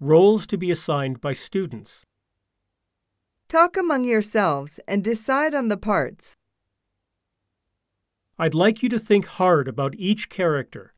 Roles to be assigned by students. Talk among yourselves and decide on the parts. I'd like you to think hard about each character.